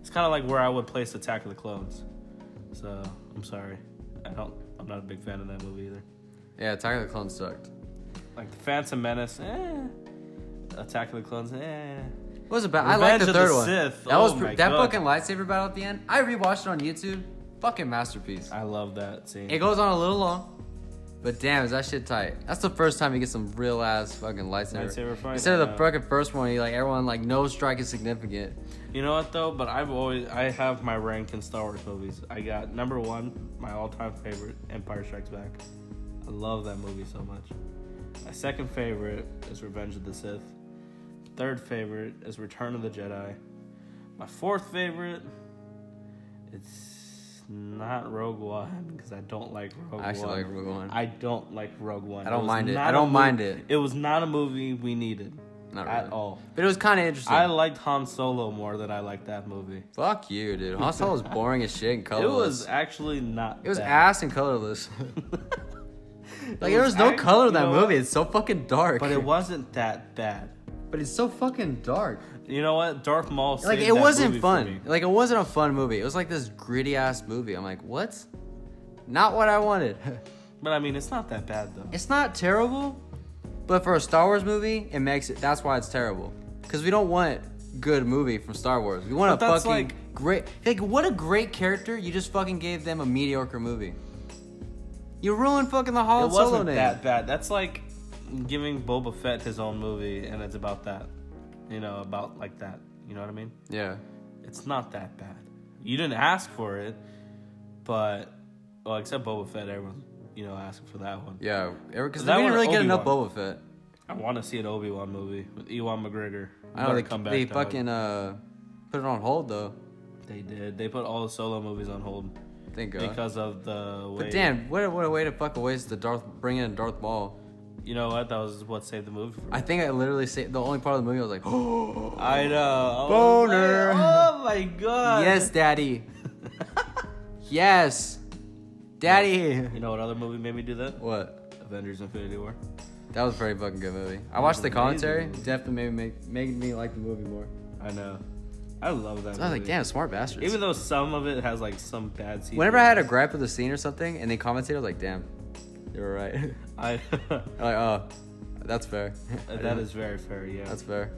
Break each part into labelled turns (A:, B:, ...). A: It's kind of like where I would place Attack of the Clones. So I'm sorry, I don't. I'm not a big fan of that movie either.
B: Yeah, Attack of the Clones sucked.
A: Like the Phantom Menace, eh. Attack of the Clones, eh.
B: It wasn't bad. I liked
A: Revenge of
B: the
A: the
B: third one.
A: Sith.
B: That
A: Oh
B: was
A: my
B: pr- that
A: God.
B: fucking lightsaber battle at the end. I rewatched it on YouTube. Fucking masterpiece.
A: I love that scene.
B: It goes on a little long, but damn, is that shit tight? That's the first time you get some real ass fucking lightsaber.
A: Lightsaber fight,
B: Instead of the
A: yeah.
B: fucking first one, you like everyone like no strike is significant.
A: You know what though? But I've always I have my rank in Star Wars movies. I got number one, my all time favorite, Empire Strikes Back. I love that movie so much. My second favorite is Revenge of the Sith. Third favorite is Return of the Jedi. My fourth favorite, it's not Rogue One because I don't like Rogue
B: I actually
A: One.
B: like Rogue One.
A: I don't like Rogue One.
B: I don't
A: was
B: mind it.
A: not
B: I
A: a
B: don't
A: mov-
B: mind it.
A: It was not a movie we needed
B: Not
A: at
B: really.
A: all.
B: But it was kind of interesting.
A: I liked Han Solo more than I liked that movie.
B: Fuck you, dude. Han Solo was boring as shit and
A: It
B: colorless.
A: was actually not.
B: It was
A: bad.
B: ass and colorless. like there
A: was
B: was no
A: act-
B: color
A: you
B: in that
A: know what?
B: movie. It's so fucking dark.
A: but it wasn't that bad.
B: But it's so fucking dark.
A: You know what? Darth Maul. Saved
B: Like it
A: that
B: wasn't
A: movie for me.
B: fun. Like it wasn't a fun movie. It was like this gritty ass movie. I'm like, what? Not what I wanted.
A: But I mean, it's not that bad though.
B: it's not terrible, but for a Star Wars movie, it makes it. That's why it's terrible. Because we don't want good movie from Star Wars. We want
A: But
B: a
A: that's
B: fucking
A: like-
B: great. Like what a great character! You just fucking gave them a mediocre movie. You ruined fucking the
A: It
B: Han Solo
A: wasn't
B: name.
A: that bad. That's like giving Boba Fett his own movie, and it's about that. You know, about like that. You know what I mean?
B: Yeah.
A: It's not that bad. You didn't ask for it, but well, except Boba Fett, everyone you know asked for that one.
B: Yeah, because we
A: That
B: didn't
A: one or
B: really get enough
A: Obi-Wan?
B: Boba Fett.
A: I want to see an Obi Wan movie with Ewan McGregor.
B: I know
A: Better
B: they,
A: come back,
B: they
A: dog.
B: fucking uh, put it on hold though.
A: They did. They put all the solo movies on hold
B: Thank God.
A: because of the way.
B: but damn, what a, what a way to fuck waste the Darth bring in Darth Maul.
A: You know what? That was what saved the movie for me.
B: I think I literally say the only part of the movie I was like, oh
A: I know. I was like,
B: Boner.
A: oh my god.
B: yes, Daddy, yes, Daddy.
A: You know what other movie made me do that?
B: What?
A: Avengers Infinity War.
B: That was a very fucking good movie. I watched the
A: amazing
B: commentary.
A: movie.
B: Definitely made me made me like the movie more.
A: I know. I love that
B: I was
A: movie.
B: like, damn, smart bastards.
A: Even though some of it has like some bad scenes.
B: Whenever I had a gripe with a scene or something, and they commented, I was like, damn, they were right.
A: I
B: I'm like, oh, that's fair.
A: that is very fair, yeah.
B: That's fair.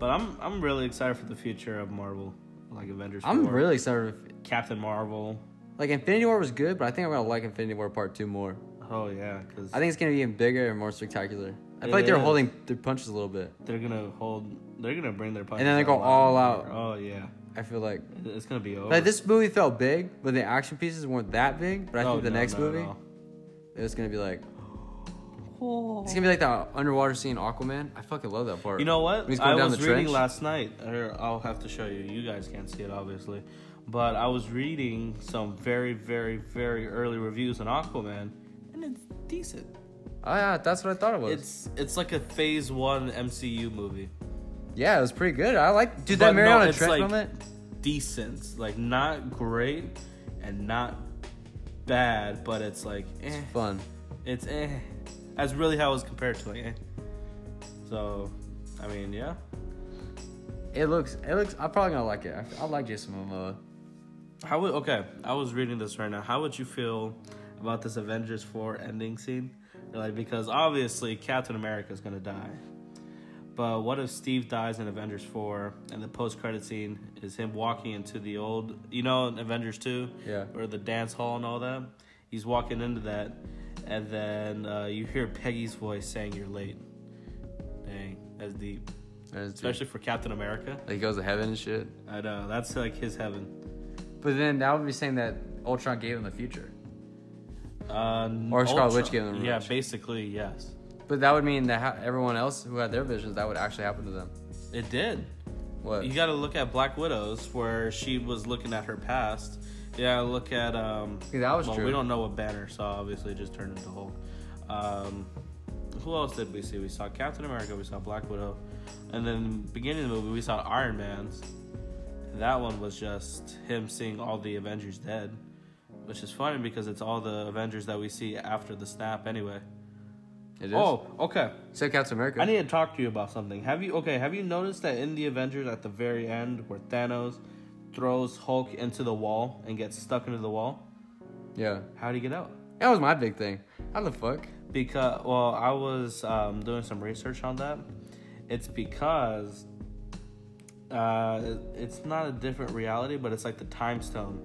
A: But I'm I'm really excited for the future of Marvel, like Avengers.
B: I'm
A: 4,
B: really excited. With,
A: Captain Marvel.
B: like Infinity War was good, but I think I'm gonna like Infinity War Part Two more.
A: Oh yeah, because
B: I think it's gonna be even bigger and more spectacular. I feel
A: It
B: like they're
A: is.
B: holding their punches a little bit.
A: they're gonna hold. They're gonna bring their punches.
B: then they
A: out
B: go
A: a lot
B: all
A: more. Oh
B: out.
A: yeah,
B: I feel like
A: It- Oh, it's gonna be over.
B: like this movie felt big, but the action pieces weren't that big. But I
A: Oh,
B: think the
A: no,
B: next
A: no,
B: movie,
A: no.
B: it's gonna be like. It's gonna be like the underwater scene in Aquaman. I fucking love that part.
A: You know what?
B: When he's going
A: I
B: down
A: was
B: the
A: reading
B: trench.
A: last night, or I'll have to show you. You guys can't see it, obviously. But I was reading some very, very, very early reviews on Aquaman, and it's decent.
B: Oh yeah, that's what I thought it was.
A: It's it's like a Phase One MCU movie.
B: yeah, it was pretty good. I like dude that
A: But no,
B: Mariana
A: it's
B: Trench
A: like-
B: moment.
A: Decent, like not great, and not bad, but it's like eh,
B: Fun.
A: it's eh. That's really how it was compared to like eh. So, I mean, yeah.
B: It looks. It looks. I'm probably gonna like it. I, I like Jason Momoa.
A: How would okay? I was reading this right now. How would you feel about this Avengers four ending scene? Like because obviously Captain America is gonna die, but what if Steve dies in Avengers four and the post credit scene is him walking into the old, you know, in Avengers two,
B: Yeah.
A: or the dance hall and all that. He's walking into that, and then uh, you hear Peggy's voice saying, "You're late." Dang, that's deep, especially for Captain America.
B: Like he goes to heaven and shit.
A: I know that's like his heaven.
B: But then that would be saying that Ultron gave him the future.
A: Uh,
B: Or Scarlet
A: Ultron-
B: Witch gave them the
A: Yeah,
B: rose.
A: basically, yes.
B: But that would mean that ha- everyone else who had their visions, that would actually happen to them.
A: It did.
B: What?
A: You got to look at Black Widows, where she was looking at her past. Yeah, look at um.
B: Yeah, that was
A: well,
B: true.
A: We don't know what Banner saw. Obviously, it just turned into Hulk. Um, who else did we see? We saw Captain America. We saw Black Widow, and then beginning of the movie, we saw Iron Man's. That one was just him seeing all the Avengers dead, which is funny because it's all the Avengers that we see after the snap anyway.
B: It is.
A: Oh, okay.
B: Except Captain America.
A: I need to talk to you about something. Have you okay? Have you noticed that in the Avengers at the very end, where Thanos throws Hulk into the wall and gets stuck into the wall.
B: Yeah.
A: How do you get out?
B: That was my big thing. How the fuck?
A: Because well, I was um, doing some research on that. It's because uh, it- it's not a different reality, but it's like the time stone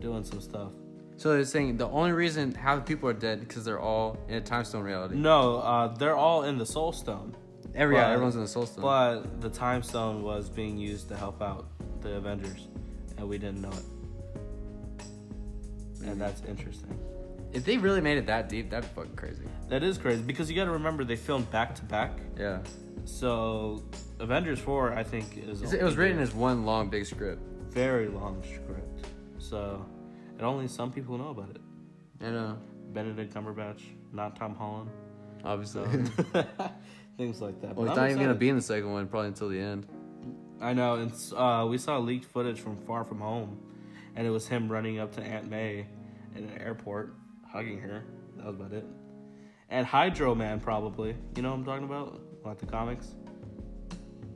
A: doing some stuff.
B: So they're saying the only reason half the people are dead because they're all in a time stone reality.
A: No, uh, they're all in the soul stone,
B: Every yeah,
A: But-
B: everyone's in the soul stone.
A: but the time stone was being used to help out the Avengers, and we didn't know it.
B: Mm-hmm.
A: And that's interesting.
B: if they really made it that deep, that'd be fucking crazy.
A: That is crazy because you got to remember they filmed back to back.
B: Yeah.
A: So Avengers Four, I think, is
B: It's- It was written as one long big script.
A: very long script. So, and only some people know about it.
B: I know.
A: Benedict Cumberbatch, not Tom Holland.
B: Obviously.
A: So things like that.
B: well,
A: But
B: he's
A: I'm
B: not even gonna
A: excited.
B: be in the second one probably until the end.
A: I know. And s- uh, we saw leaked footage from Far From Home, and it was him running up to Aunt May in an airport, hugging her. That was about it. And Hydro Man, probably. You know what I'm talking about? Like the comics.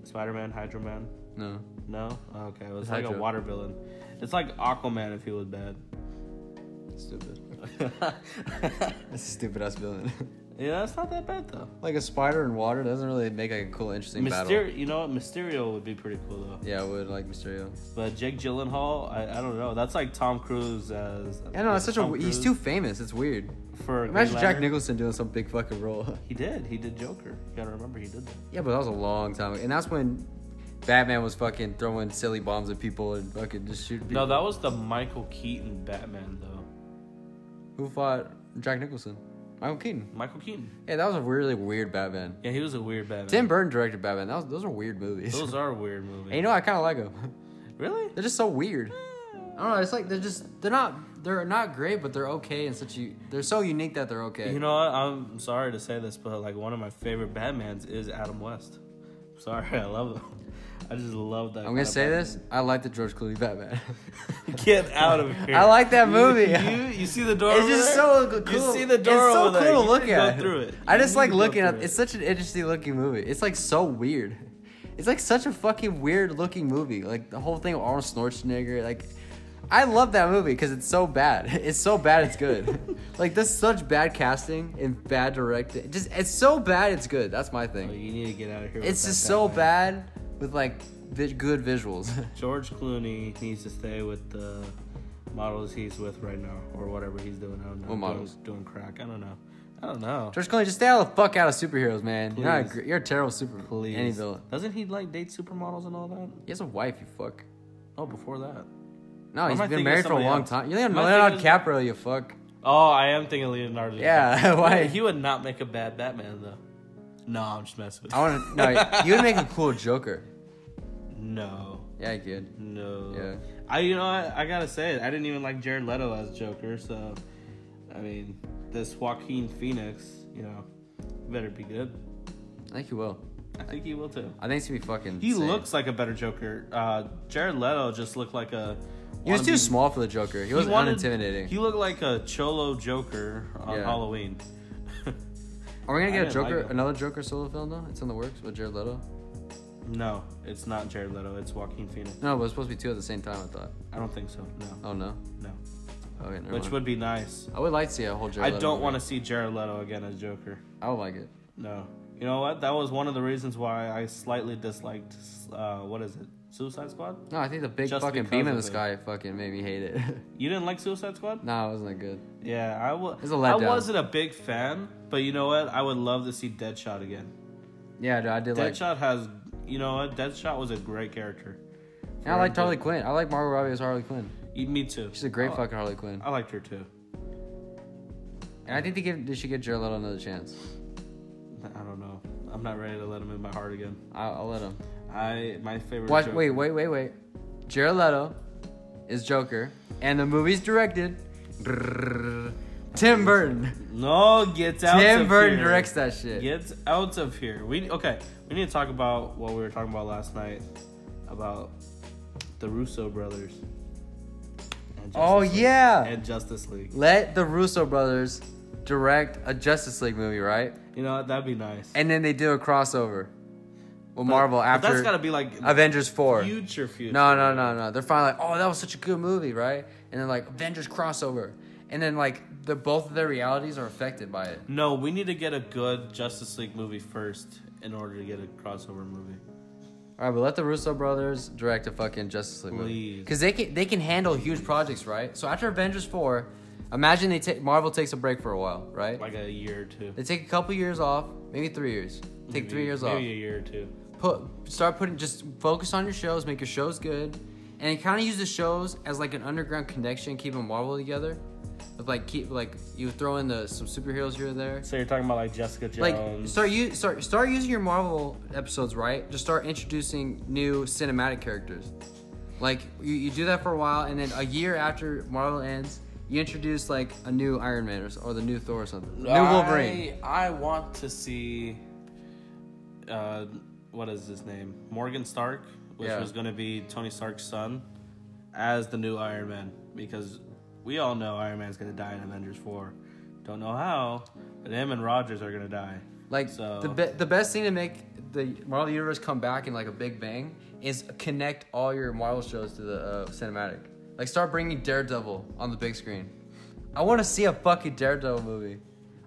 A: Spider Man, Hydro Man.
B: No.
A: No? Oh, okay. It was
B: It's
A: like a
B: Hydro.
A: water villain. It's like Aquaman if he was bad.
B: Stupid. That's a stupid ass villain.
A: yeah, it's not that bad though.
B: like a spider in water doesn't really make like a cool, interesting battle.
A: Mysterio, you know what? Mysterio would be pretty cool though.
B: Yeah, I would like Mysterio.
A: But Jake Gyllenhaal, I, I don't know. That's like Tom Cruise as.
B: I know, it's such a.
A: Tom
B: He's
A: Cruise
B: too famous. It's weird.
A: For Green
B: Imagine Jack
A: Lantern.
B: Nicholson doing some big fucking role.
A: He did. He did Joker. You gotta remember he did that.
B: yeah, but that was a long time, ago. and that's when Batman was fucking throwing silly bombs at people and fucking just shooting people.
A: No, that was the Michael Keaton Batman though.
B: Who fought Jack Nicholson? Michael Keaton.
A: Michael Keaton.
B: Yeah, that was a really weird Batman.
A: Yeah, he was a weird Batman.
B: Tim Burton directed Batman. That was, those are weird movies.
A: Those are weird movies.
B: and you know, I kind of like them.
A: really?
B: They're just so weird. I don't know. It's like they're just they're not they're not great, but they're okay and such. u- They're so unique that they're okay.
A: You know what? I'm sorry to say this, but like one of my favorite Batmans is Adam West. Sorry, I love him. I just love that.
B: I'm gonna say this. I like the George Clooney Batman.
A: this. Get out of here.
B: I like that movie.
A: You, you, you see the door?
B: It's
A: over
B: just
A: there?
B: so cool.
A: You see the door?
B: It's so
A: over
B: cool
A: there.
B: to
A: You
B: look
A: can
B: at.
A: Go through it.
B: I just
A: You
B: like
A: can go
B: looking at.
A: through
B: It's such an interesting looking movie. It's like so weird. It's like such a fucking weird looking movie. Like the whole thing with Arnold Schwarzenegger. Like, I love that movie because it's so bad. It's so bad. It's good. like this, is such bad casting and bad directing. Just it's so bad. It's good. That's my
A: Oh,
B: thing.
A: you need to get out of here. with
B: It's
A: that
B: just so
A: Batman.
B: bad with like vi- good visuals.
A: George Clooney needs to stay with the models he's with right now, or whatever he's doing. I don't know.
B: What models?
A: Doing, doing crack. I don't know. I don't know.
B: George Clooney, just stay out of the fuck out of superheroes, man. You're not. A,
A: Please.
B: gr- you're a terrible super.
A: Please.
B: Any villain.
A: Doesn't he like date supermodels and all that?
B: He has a wife. You fuck.
A: Oh, before that.
B: No,
A: am
B: he's
A: I
B: been
A: thinking
B: married
A: of
B: for a
A: somebody
B: long
A: else?
B: time. You think
A: Am
B: of
A: I
B: Leonardo
A: thinking of-
B: DiCaprio, you fuck.
A: Oh, I am thinking Leonardo. DiCaprio.
B: Yeah, why?
A: He would not make a bad Batman though. No, I'm just messing with.
B: I want to. No, you would make a cool Joker.
A: No,
B: Yeah, you could.
A: no.
B: Yeah.
A: I, you know, what? I gotta say it. I didn't even like Jared Leto as Joker, so, I mean, this Joaquin Phoenix, you know, better be good.
B: I think you will.
A: I think he will too.
B: I think it's gonna be fucking.
A: He
B: insane.
A: looks like a better Joker. Uh, Jared Leto just looked like a.
B: He was
A: wannabe-
B: too small for the Joker. He was
A: wanted-
B: unintimidating.
A: He looked like a cholo Joker on
B: Yeah.
A: Halloween.
B: Are we gonna
A: I
B: get a
A: didn't like
B: Joker,
A: him.
B: another Joker solo film though? It's in the works with Jared Leto.
A: no, it's not Jared Leto. It's Joaquin Phoenix.
B: No, but it's supposed to be two at the same time. I thought.
A: I don't think so. No,
B: Oh no.
A: no.
B: Okay, never
A: Which
B: mind.
A: would be nice.
B: I would like to see a whole Jared.
A: I don't want to see Jared Leto again as Joker.
B: to. I would like it.
A: No. You know what? That was one of the reasons why I slightly disliked. Uh, what is it? Suicide Squad.
B: No, I think the big
A: Just
B: fucking
A: because
B: beam in
A: of
B: the
A: it.
B: sky fucking made me hate it.
A: You didn't like Suicide Squad?
B: nah, it wasn't that good.
A: Yeah, I was.
B: It's a letdown.
A: I wasn't a big fan, but you know what? I would love to see Deadshot again.
B: Yeah, dude, I did like.
A: Deadshot has, you know what? Deadshot was a great character.
B: And I like Harley Quinn. I like Margot Robbie as Harley Quinn.
A: E- Me too.
B: She's a great
A: I,
B: fucking Harley Quinn.
A: I liked her too.
B: And I think they, give, they should give Jared Leto another chance.
A: I don't know. I'm not ready to let him in my heart again.
B: I'll, I'll let him.
A: I my favorite.
B: Watch.
A: Joker-
B: Wait, wait, wait, wait. Jared Leto is Joker, and the movie's directed. Brrrr. Tim Burton.
A: No, gets out.
B: Tim
A: of
B: Burton
A: here.
B: directs that shit.
A: Gets out of here. We okay. We need to talk about what we were talking about last night about the Russo brothers. And
B: Oh
A: Justice League-
B: yeah.
A: And Justice League.
B: Let the Russo brothers direct a Justice League movie, right?
A: You know what? That'd be nice.
B: And then they do a crossover. Well, Marvel
A: But
B: after
A: that's gotta be like
B: Avengers four.
A: future future.
B: No, no, no, no. They're finally like, oh, that was such a good movie, right? And then like Avengers crossover, and then like the both of their realities are affected by it.
A: No, we need to get a good Justice League movie first in order to get a crossover movie.
B: All right, but let the Russo brothers direct a fucking Justice League movie
A: Please.
B: because they can they can handle huge projects, right? So after Avengers four, imagine they take Marvel takes a break for a while, right?
A: Like a year or two.
B: They take a couple years off, maybe three years. Take three
A: Maybe-
B: years
A: maybe
B: off.
A: a year or two.
B: put start putting just focus on your shows, make your shows good, and kind of use the shows as like an underground connection, keeping Marvel together. With like keep like you throw in the some superheroes here or there.
A: So you're talking about like Jessica
B: Like
A: Jones.
B: start you start start using your Marvel episodes right. Just start introducing new cinematic characters. Like you, you do that for a while, and then a year after Marvel ends, you introduce like a new Iron Man or, s- or the new Thor or something, new Wolverine.
A: I, I want to see. Uh, what is his name? Morgan Stark, which
B: Yeah.
A: was going to be Tony Stark's son, as the new Iron Man, because we all know Iron Man's going to die in Avengers Four. Don't know how, but him and Rogers are going to die.
B: Like
A: So-
B: the be- the best thing to make the Marvel universe come back in like a big bang is connect all your Marvel shows to the uh, cinematic. Like start bringing Daredevil on the big screen. I want to see a fucking Daredevil movie.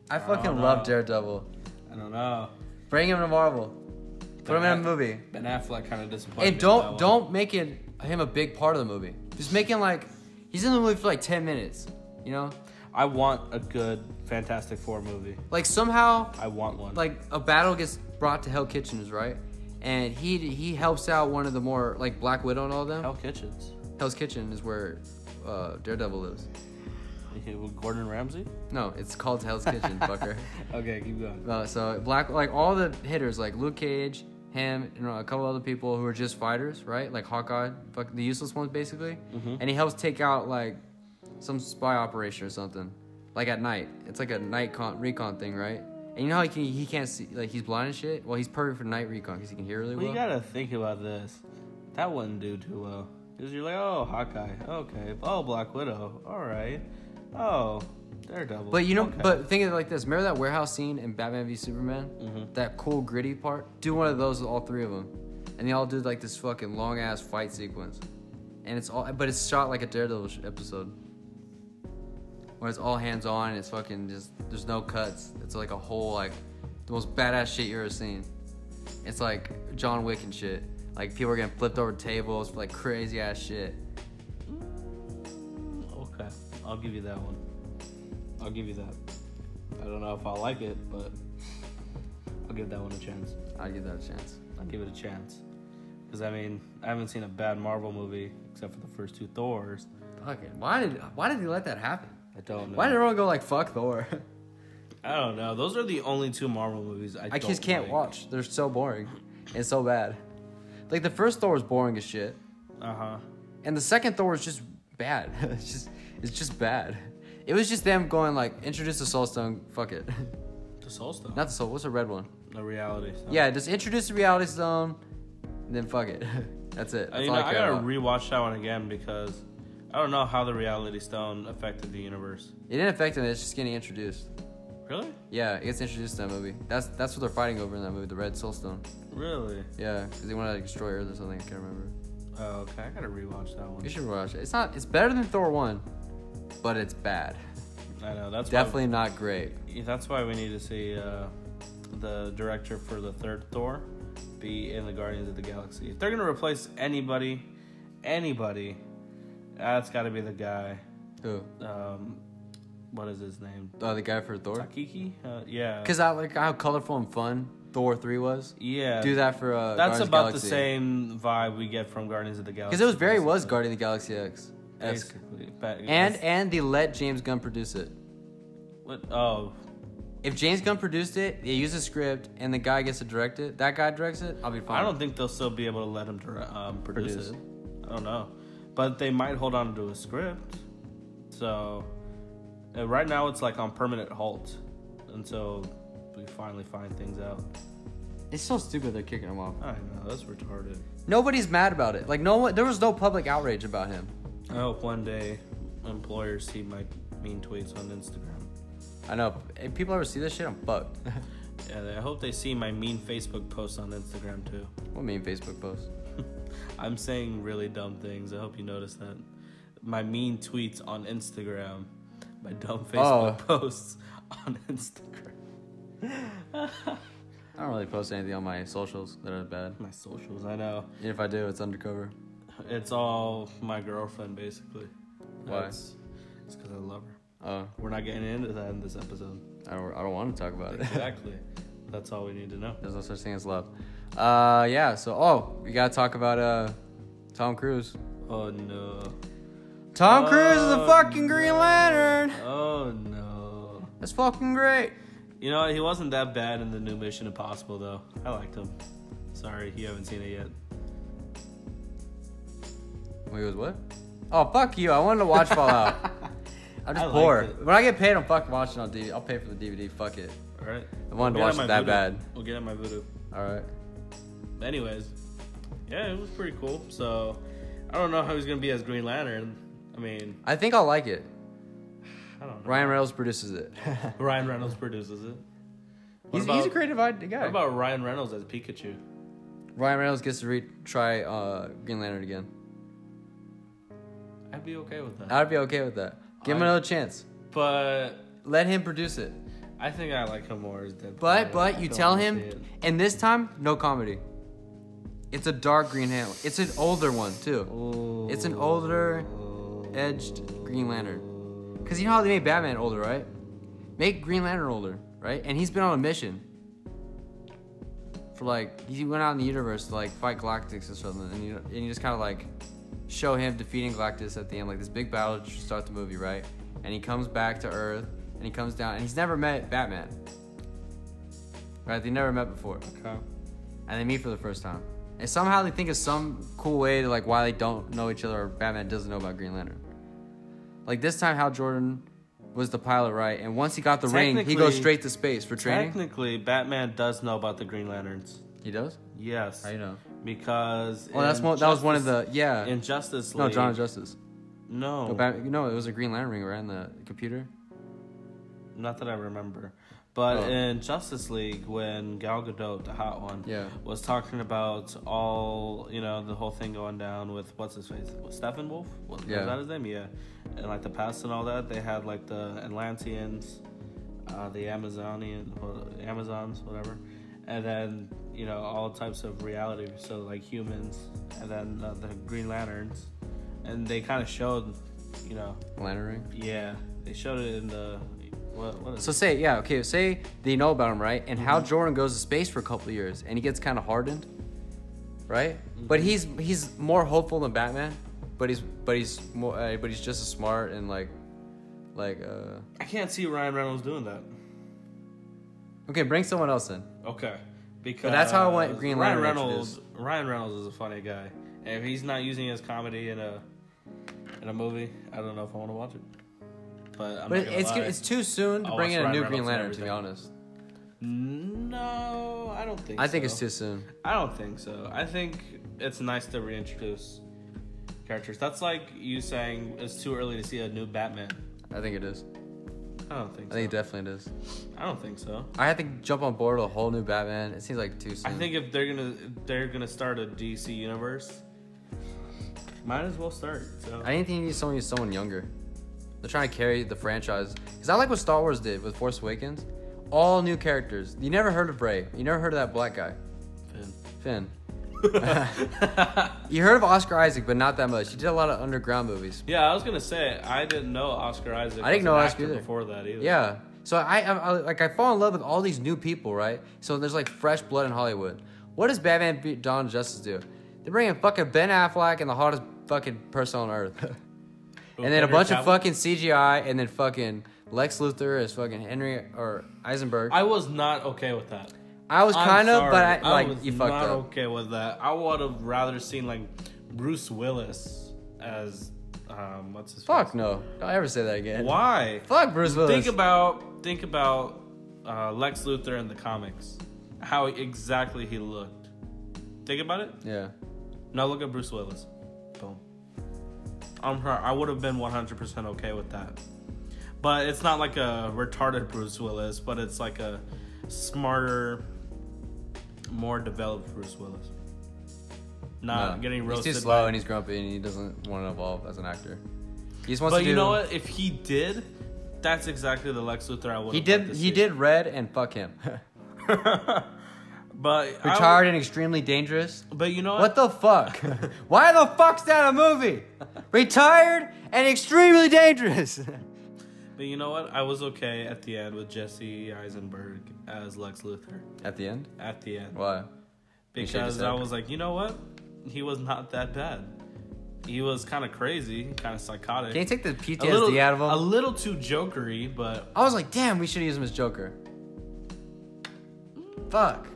B: I fucking
A: don't
B: love
A: know.
B: Daredevil.
A: I don't know.
B: Bring him to Marvel. Put him in a
A: That-
B: movie.
A: Ben Affleck kind of disappointed. me with
B: And
A: that
B: don't
A: one.
B: don't make it him a big part of the movie. Just make him like he's in the movie for like ten minutes. You know,
A: I want a good Fantastic Four movie.
B: like somehow
A: I want one.
B: like a battle gets brought to Hell Kitchens, right? And he he helps out one of the more like Black Widow and all them.
A: Hell Kitchens.
B: Hell's Kitchen is where uh, Daredevil lives.
A: With Gordon Ramsay.
B: No, it's called Hell's Kitchen, fucker.
A: Okay, keep going.
B: Uh, so Black like all the hitters like Luke Cage, him, and a couple other people who are just fighters, right? Like Hawkeye, fuck the useless ones basically.
A: Mm-hmm.
B: And he helps take out like some spy operation or something, like at night. It's like a night con- recon thing, right? And you know how he can he can't see like he's blind and shit. Well, he's perfect for night recon because he can hear really
A: Well,
B: well.
A: you gotta think about this. That wouldn't do too well. Because you're like, oh, Hawkeye. Okay. Oh, Black Widow. All right. Oh, Daredevil.
B: But you know,
A: Okay.
B: but think of it like this. Remember that warehouse scene in Batman v Superman? That cool gritty part? Do one of those with all three of them. And they all do like this fucking long ass fight sequence. And it's all, but it's shot like a Daredevil sh- episode. Where it's all hands on and it's fucking just, there's no cuts. It's like a whole, like, the most badass shit you ever seen. It's like John Wick and shit. Like people are getting flipped over tables for like crazy ass shit.
A: Okay. I'll give you that one. I'll give you that. I don't know if I'll like it, but I'll give that one a chance.
B: I'd give that a chance.
A: I'll give it a chance. Because, I mean, I haven't seen a bad Marvel movie except for the first two Thors.
B: Fucking, why did, why did he let that happen?
A: I don't know.
B: Why did everyone go like fuck Thor?
A: I don't know. Those are the only two Marvel movies I,
B: I
A: don't
B: just can't
A: like.
B: watch. They're so boring and so bad. Like the first Thor was boring as shit,
A: Uh huh.
B: and the second Thor was just bad. it's just it's just bad. It was just them going like introduce the Soul Stone. Fuck it,
A: The Soul Stone.
B: not the Soul. What's the red one?
A: the reality. Stone.
B: Yeah, just introduce the Reality Stone, and then fuck it. That's it.
A: I,
B: That's
A: you
B: all
A: know,
B: I
A: I
B: care
A: gotta
B: about.
A: rewatch that one again because I don't know how the Reality Stone affected the universe.
B: it didn't affect him. It's just getting introduced.
A: Really?
B: Yeah, it gets introduced in that movie. That's that's what they're fighting over in that movie, the Red Soul Stone.
A: Really?
B: Yeah, because they wanted to destroy Earth or something. I can't remember.
A: Oh, okay, I gotta rewatch that
B: You
A: one.
B: should watch it. It's not. It's better than Thor one, but it's bad.
A: I know that's
B: Definitely not great.
A: Why, that's why we need to see uh, the director for the third Thor be in the Guardians of the Galaxy. If they're gonna replace anybody, anybody, that's gotta be the guy.
B: Who?
A: Um, what is his name?
B: Uh, the guy for Thor.
A: Takiki? Uh, yeah.
B: Because I like how colorful and fun Thor three was.
A: Yeah.
B: Do that for uh.
A: That's
B: Guardians
A: about
B: of
A: the same vibe we get from Guardians of the Galaxy.
B: Because it was very
A: basically.
B: was Guardian of the Galaxy X. esque.
A: Basically, but it
B: And
A: was-
B: and they let James Gunn produce it.
A: what? Oh,
B: If James Gunn produced it, they use a script, and the guy gets to direct it. That guy directs it. I'll be fine.
A: I don't think they'll still be able to let him dire- um, produce,
B: Produce.
A: it. I don't know, but they might hold on to a script. So uh, right now it's like on permanent halt until we finally find things out.
B: It's so stupid. They're kicking him off.
A: I know that's retarded.
B: Nobody's mad about it. Like no one. There was no public outrage about him.
A: I hope one day employers see my mean tweets on Instagram.
B: I know. If people ever see this shit, I'm fucked.
A: And I hope they see my mean Facebook posts on Instagram too.
B: What mean Facebook post?
A: I'm saying really dumb things. I hope you notice that. My mean tweets on Instagram, my dumb Facebook posts on Instagram.
B: I don't really post anything on my socials that are bad.
A: my socials, I know.
B: And if I do, it's undercover.
A: It's all my girlfriend, basically.
B: Why?
A: That's, it's because I love her.
B: Oh,
A: We're not getting into that in this episode.
B: I don't, I don't want to talk about it.
A: Exactly. That's all we need to know.
B: There's no such thing as love. Uh, yeah. So, oh, we gotta talk about uh, Tom Cruise.
A: Oh no.
B: Tom Cruise is a
A: Oh,
B: fucking Green Lantern.
A: Oh no.
B: That's fucking great.
A: You know, he wasn't that bad in the new Mission Impossible, though. I liked him. Sorry, you haven't seen it yet.
B: Wait, was what? Oh, fuck you. I wanted to watch Fallout. I'm just
A: I liked
B: poor.
A: it.
B: When I get paid, I'm fucking watching on DVD. I'll pay for the DVD. Fuck it.
A: All right.
B: I wanted to
A: We'll
B: watch
A: get
B: it
A: on my
B: that
A: voodoo.
B: bad.
A: We'll get on my voodoo.
B: All right.
A: Anyways, yeah, it was pretty cool. So, I don't know how he's gonna be as Green Lantern. I mean,
B: I think I'll like it.
A: I don't know.
B: Ryan Reynolds produces it.
A: Ryan Reynolds produces it. What
B: he's,
A: about,
B: he's a creative id- guy.
A: What about Ryan Reynolds as Pikachu?
B: Ryan Reynolds gets to re- try uh, Green Lantern again.
A: I'd be okay with that.
B: I'd be okay with that. Give him
A: I-
B: another chance.
A: But
B: Let him produce it.
A: I think I like him more as Deadpool.
B: But
A: I
B: but you
A: don't
B: tell
A: wanna
B: him,
A: see it.
B: and this time no comedy. It's a dark Green Lantern. It's an older one too. It's an older, edged Green Lantern. Cause you know how they made Batman older, right? Make Green Lantern older, right? And he's been on a mission. For like he went out in the universe to like fight Galactus or something, and you and you just kind of like show him defeating Galactus at the end, like this big battle to start the movie, right? And he comes back to Earth, and he comes down, and he's never met Batman. Right? They never met before
A: Okay.
B: and they meet for the first time. And somehow they think of some cool way to like why they don't know each other or Batman doesn't know about Green Lantern. Like this time Hal Jordan was the pilot, right? And once he got the ring, he goes
A: Technically-
B: straight to space for training.
A: Technically, Batman does know about the Green Lanterns.
B: He does?
A: Yes.
B: know?
A: Because
B: Oh, that's
A: in
B: one, that was one of
A: Justice-
B: the yeah.
A: in Justice League.
B: no, John of Justice.
A: No,
B: No, Bat- no, it was a Green Lantern ring right in the computer.
A: not that I remember. But
B: Oh.
A: in Justice League, when Gal Gadot, the hot one,
B: Yeah.
A: was talking about all you know the whole thing going down with what's his face, Stephen Wolf. What was
B: Yeah.
A: that his name? Yeah, and like the past and all that, they had like the Atlanteans, uh, the Amazonian, well, Amazons, whatever, and then you know all types of reality. So like humans, and then uh, the Green Lanterns, and they kind of showed, you know,
B: Lantern ring.
A: yeah, they showed it in the what? What is
B: So say yeah, okay, say they know about him, right? And
A: Mm-hmm.
B: Hal Jordan goes to space for a couple of years, and he gets kind of hardened, right? But
A: Mm-hmm.
B: he's he's more hopeful than Batman, but he's but he's more uh, but he's just as smart and like like uh
A: I can't see Ryan Reynolds doing that.
B: okay, bring someone else in.
A: Okay, because
B: that's how I want Green
A: Ryan
B: Lantern
A: Reynolds. Ryan Reynolds is a funny guy, and if he's not using his comedy in a in a movie, I don't know if I want to watch it. But I'm
B: But
A: not gonna
B: it's
A: lie.
B: it's too soon to
A: I'll
B: bring
A: watch
B: in a
A: Ryan
B: new
A: Reynolds
B: Green
A: and
B: Lantern. To be
A: everything.
B: honest,
A: no, I don't think.
B: I think
A: so.
B: it's too soon.
A: I don't think so. I think it's nice to reintroduce characters. That's like you saying it's too early to see a new Batman.
B: I think it is.
A: I don't think.
B: I think it
A: so.
B: definitely is.
A: I don't think so.
B: I have to jump on board with a whole new Batman. It seems like too soon.
A: I think if they're gonna if they're gonna start a DC universe, might as well start. So
B: I didn't think you need someone who's someone younger. They're trying to carry the franchise. Cause I like what Star Wars did with Force Awakens. All new characters. You never heard of Bray. You never heard of that black guy, Finn. You heard of Oscar Isaac, but not that much. He did a lot of underground movies.
A: yeah, I was gonna say I didn't know Oscar Isaac.
B: I didn't
A: was
B: know
A: an
B: Oscar
A: actor
B: either.
A: before that either.
B: Yeah. So I, I, I like I fall in love with all these new people, right? So there's like fresh blood in Hollywood. What does Batman beat Dawn of Justice do? They bring in fucking Ben Affleck and the hottest fucking person on earth.
A: Who,
B: and then a
A: Henry
B: bunch of
A: Cavill?
B: fucking CGI, and then fucking Lex Luthor is fucking Henry or Eisenberg. I,
A: I was not okay with that.
B: was
A: I'm
B: kind of,
A: sorry.
B: but I like
A: was
B: you fucked
A: not
B: up.
A: okay with that. I would have rather seen like Bruce Willis as um what's his
B: Fuck
A: face?
B: no! Don't ever say that again.
A: Why?
B: Fuck Bruce Willis.
A: Think about think about uh, Lex Luthor in the comics, how exactly he looked. Think about it.
B: yeah,
A: Now look at Bruce Willis. Boom. I'm her. I would have been 100% okay with that, but it's not like a retarded Bruce Willis, but it's like a smarter, more developed Bruce Willis. Not
B: No,
A: getting roasted.
B: He's too slow
A: by-
B: and he's grumpy and he doesn't want to evolve as an actor. He just wants
A: but
B: to do.
A: you know what? If he did, that's exactly the Lex Luthor I would.
B: He did. He did red and fuck him.
A: But I would-
B: Retired and extremely dangerous.
A: But you know
B: What the fuck? Why the fuck's that a movie? Retired and extremely dangerous.
A: But you know what? I was okay at the end with Jesse Eisenberg as Lex Luthor
B: At the end?
A: at the end
B: Why? You should've
A: because
B: said-
A: I was like, you know what? He was not that bad. He was kind of crazy, kind of psychotic.
B: Can you take the PTSD
A: a little,
B: out of him?
A: a little too jokery, but
B: I was like, damn, we should use him as Joker. Fuck.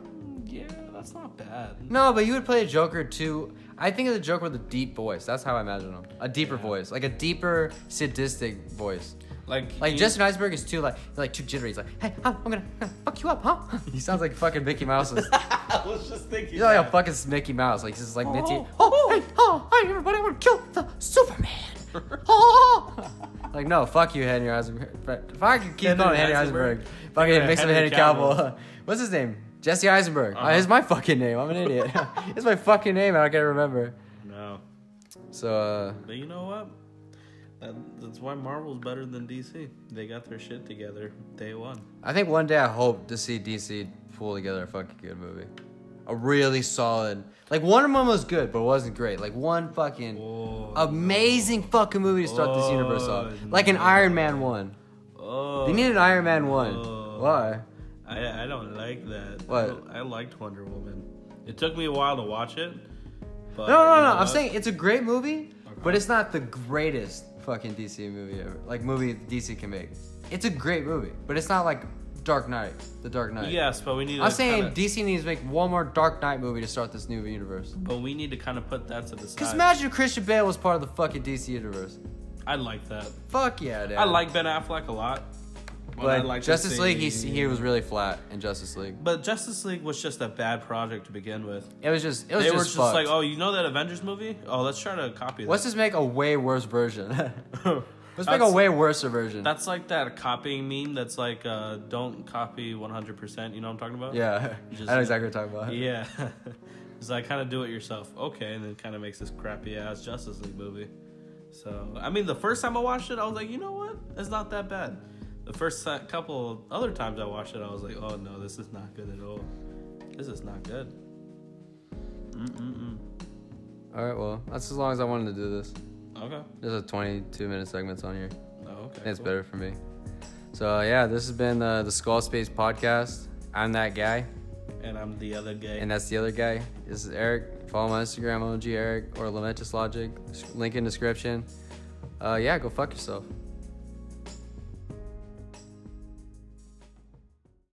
A: yeah, that's not bad.
B: No, but you would play a Joker too. I think of the Joker with a deep voice. That's how I imagine him. A deeper voice, like a deeper sadistic voice.
A: Like,
B: Like
A: he-
B: Justin Iceberg is too like he's like too jittery. He's like, hey, I'm, I'm gonna, I'm gonna fuck you up, huh? He sounds like fucking Mickey Mouse. He's
A: I was just thinking.
B: like a
A: that.
B: fucking Mickey Mouse. Like he's just like minty.
A: Oh,
B: Oh, hey, oh, hi everybody, I'm gonna kill the Superman. Oh. like no, fuck you, Henry Eisenberg. If I could keep
A: Henry
B: going, Henry
A: Eisenberg.
B: Eisenberg. Fucking
A: Yeah,
B: mix him with
A: Henry
B: Henry
A: Cavill. Uh-huh.
B: Cavill. What's his name? Jesse Eisenberg. Uh, it's my fucking name. I'm an idiot. it's my fucking name. I can't remember.
A: no,
B: So uh,
A: but you know what? That- that's why Marvel's better than DC. They got their shit together day one.
B: I think one day I hope to see DC pull together a fucking good movie, a really solid. Like Wonder Woman was good, but it wasn't great. Like one fucking
A: Oh,
B: amazing fucking movie to start this universe off.
A: Oh,
B: Like an
A: no.
B: Iron Man one.
A: oh.
B: They need an Iron Man one.
A: Oh.
B: Why?
A: I, I don't like that.
B: What?
A: I, I liked Wonder Woman. It took me a while to watch it. But
B: No, no,
A: you
B: no.
A: know
B: I'm
A: what?
B: saying it's a great movie, but it's not the greatest fucking DC movie ever. Like movie DC can make. It's a great movie, but it's not like Dark Knight, The Dark Knight.
A: Yes, but we need.
B: I'm
A: to
B: saying
A: kinda,
B: DC needs to make one more Dark Knight movie to start this new universe.
A: but we need to kind of put that to the
B: Cause
A: side.
B: imagine if Christian Bale was part of the fucking DC universe.
A: I like that.
B: Fuck yeah, dude.
A: I like Ben Affleck a lot. I
B: but
A: like to
B: Justice
A: see-
B: League. He he was really flat in Justice League.
A: But Justice League was just a bad project to begin with.
B: It was just it was
A: they were
B: just,
A: just
B: fucked.
A: like, oh, you know that Avengers movie? Oh, let's try to copy that.
B: let's just make a way worse version. let's make a
A: That's-
B: way worse version.
A: That's like that copying meme. That's like, uh, don't copy 100%. You know what I'm talking about?
B: yeah,
A: Just-
B: I know exactly what you're talking about.
A: Yeah. Because I kind of do it yourself. Okay. And then kind of makes this crappy ass Justice League movie. So, I mean, the first time I watched it, I was like, you know what? It's not that bad. The first ti- couple other times I watched it, I was like, oh no, this is not good at all. This is not good. Mm-mm-mm.
B: All right, well, that's as long as I wanted to do this.
A: Okay.
B: There's a 22 minute segments on here.
A: Oh, okay.
B: That's
A: cool.
B: better for me. So uh, yeah, this has been uh, the Skull Space podcast. I'm that guy,
A: And I'm the other gay.
B: and that's the other guy. This is Eric. Follow my Instagram, OG Eric, or Lamentous Logic. Link in description. Uh, yeah, go fuck yourself.